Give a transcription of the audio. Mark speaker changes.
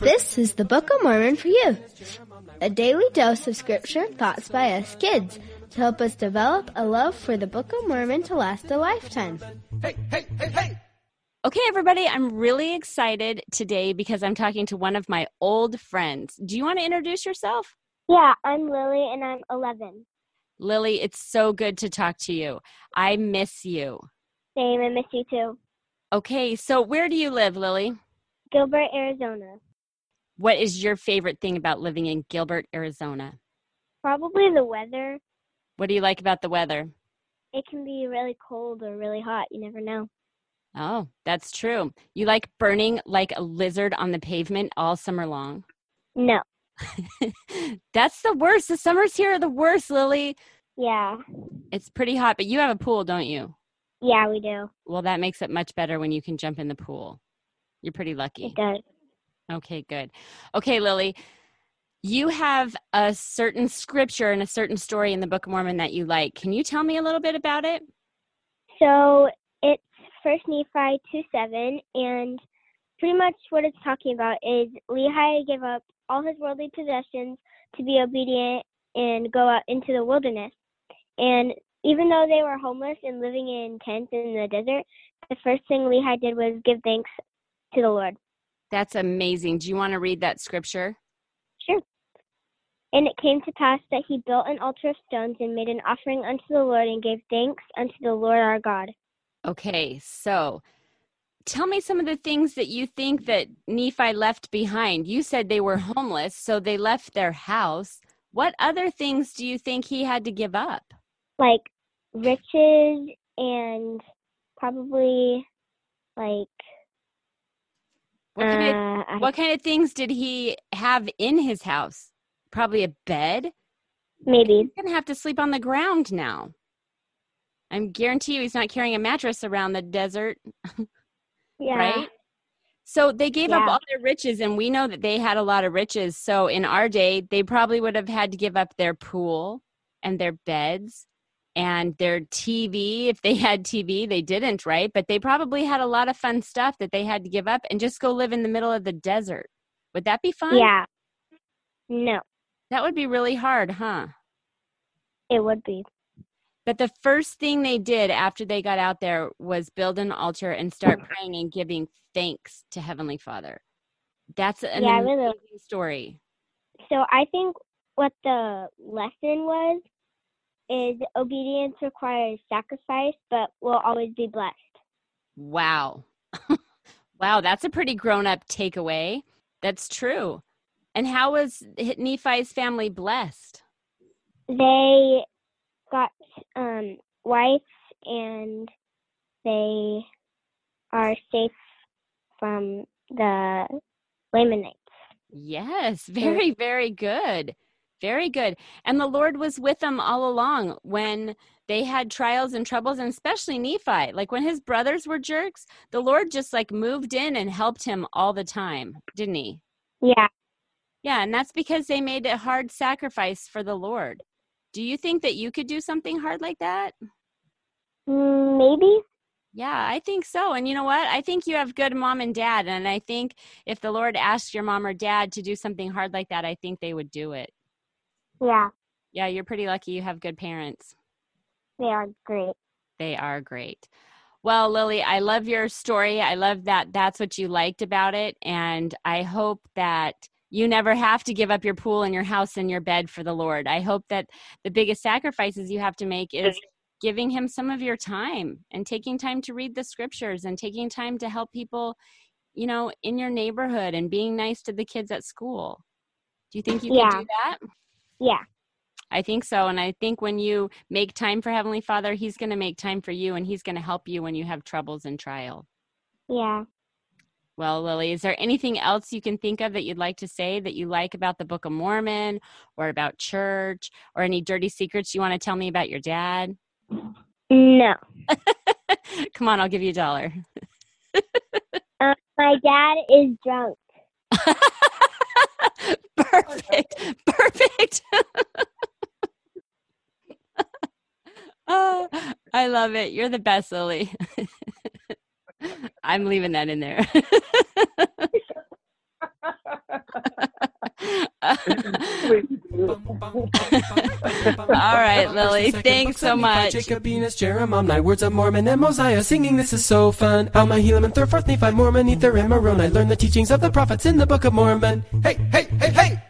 Speaker 1: This is the Book of Mormon for you. A daily dose of scripture and thoughts by us kids to help us develop a love for the Book of Mormon to last a lifetime.
Speaker 2: Okay, everybody, I'm really excited today because I'm talking to one of my old friends. Do you want to introduce yourself?
Speaker 3: Yeah, I'm Lily and I'm 11.
Speaker 2: Lily, it's so good to talk to you. I miss you.
Speaker 3: Same, I miss you too.
Speaker 2: Okay, so where do you live, Lily?
Speaker 3: Gilbert, Arizona.
Speaker 2: What is your favorite thing about living in Gilbert, Arizona?
Speaker 3: Probably the weather.
Speaker 2: What do you like about the weather?
Speaker 3: It can be really cold or really hot. You never know.
Speaker 2: Oh, that's true. You like burning like a lizard on the pavement all summer long.
Speaker 3: No.
Speaker 2: that's the worst. The summers here are the worst, Lily.
Speaker 3: Yeah.
Speaker 2: It's pretty hot, but you have a pool, don't you?
Speaker 3: Yeah, we do.
Speaker 2: Well, that makes it much better when you can jump in the pool. You're pretty lucky.
Speaker 3: It does.
Speaker 2: Okay, good. Okay, Lily, you have a certain scripture and a certain story in the Book of Mormon that you like. Can you tell me a little bit about it?
Speaker 3: So it's First Nephi 2 7, and pretty much what it's talking about is Lehi gave up all his worldly possessions to be obedient and go out into the wilderness. And even though they were homeless and living in tents in the desert, the first thing Lehi did was give thanks to the Lord.
Speaker 2: That's amazing. Do you want to read that scripture?
Speaker 3: And it came to pass that he built an altar of stones and made an offering unto the Lord and gave thanks unto the Lord our God.
Speaker 2: Okay, so tell me some of the things that you think that Nephi left behind. You said they were homeless, so they left their house. What other things do you think he had to give up?
Speaker 3: Like riches and probably like
Speaker 2: What kind of,
Speaker 3: uh, I-
Speaker 2: what kind of things did he have in his house? Probably a bed.
Speaker 3: maybe.
Speaker 2: He's gonna have to sleep on the ground now. I'm guarantee you he's not carrying a mattress around the desert,
Speaker 3: Yeah.
Speaker 2: right? So they gave up
Speaker 3: Yeah.
Speaker 2: all their riches, and we know that they had a lot of riches. So in our day, they probably would have had to give up their pool and their beds and their TV. If they had TV, they didn't, right? But they probably had a lot of fun stuff that they had to give up and just go live in the middle of the desert. Would that be fun?
Speaker 3: Yeah. No,
Speaker 2: That would be really hard, huh?
Speaker 3: it would be.
Speaker 2: But the first thing they did after they got out there was build an altar and start praying and giving thanks to Heavenly Father. That's an
Speaker 3: Yeah, I
Speaker 2: amazing
Speaker 3: really-
Speaker 2: story.
Speaker 3: So I think what the lesson was is obedience requires sacrifice, but we'll always be blessed.
Speaker 2: Wow. wow, that's a pretty grown up takeaway. That's true. And how was Nephi's family blessed?
Speaker 3: They got um, wives and they are safe from the Lamanites.
Speaker 2: Yes, very, very good. Very good. And the Lord was with them all along when they had trials and troubles, and especially Nephi. Like when his brothers were jerks, the Lord just like moved in and helped him all the time, didn't he?
Speaker 3: Yeah,
Speaker 2: Yeah, and that's because they made a hard sacrifice for the Lord. Do you think that you could do something hard like that?
Speaker 3: Mm, maybe.
Speaker 2: Yeah, I think so. And you know what? I think you have good mom and dad. And I think if the Lord asked your mom or dad to do something hard like that, I think they would do it.
Speaker 3: Yeah,
Speaker 2: Yeah, you're pretty lucky you have good parents.
Speaker 3: they are great.
Speaker 2: They are great. Well, Lily, I love your story. I love that that's what you liked about it. And I hope that you never have to give up your pool and your house and your bed for the Lord. I hope that the biggest sacrifices you have to make is giving Him some of your time and taking time to read the scriptures and taking time to help people, you know, in your neighborhood and being nice to the kids at school. Do you think you
Speaker 3: Yeah.
Speaker 2: can do that?
Speaker 3: Yeah,
Speaker 2: I think so. And I think when you make time for Heavenly Father, He's going to make time for you and He's going to help you when you have troubles and trial.
Speaker 3: yeah.
Speaker 2: Well, Lily, is there anything else you can think of that you'd like to say that you like about the Book of Mormon or about church or any dirty secrets you want to tell me about your dad?
Speaker 3: No.
Speaker 2: Come on, I'll give you a dollar.
Speaker 3: My dad is drunk.
Speaker 2: perfect. Perfect. oh, I love it. You're the best, Lily. I'm leaving that in there.
Speaker 4: All
Speaker 2: All right, Lily. Thanks so much.
Speaker 4: Jacob, Venus, Jeroboam, nine words of Mormon and Mosiah. Singing, this is so fun. Alma, Helaman, and third, fourth, Nephi, Mormon, Ether, and Moroni. Learn the teachings of the prophets in the Book of Mormon. Hey, hey, hey, hey!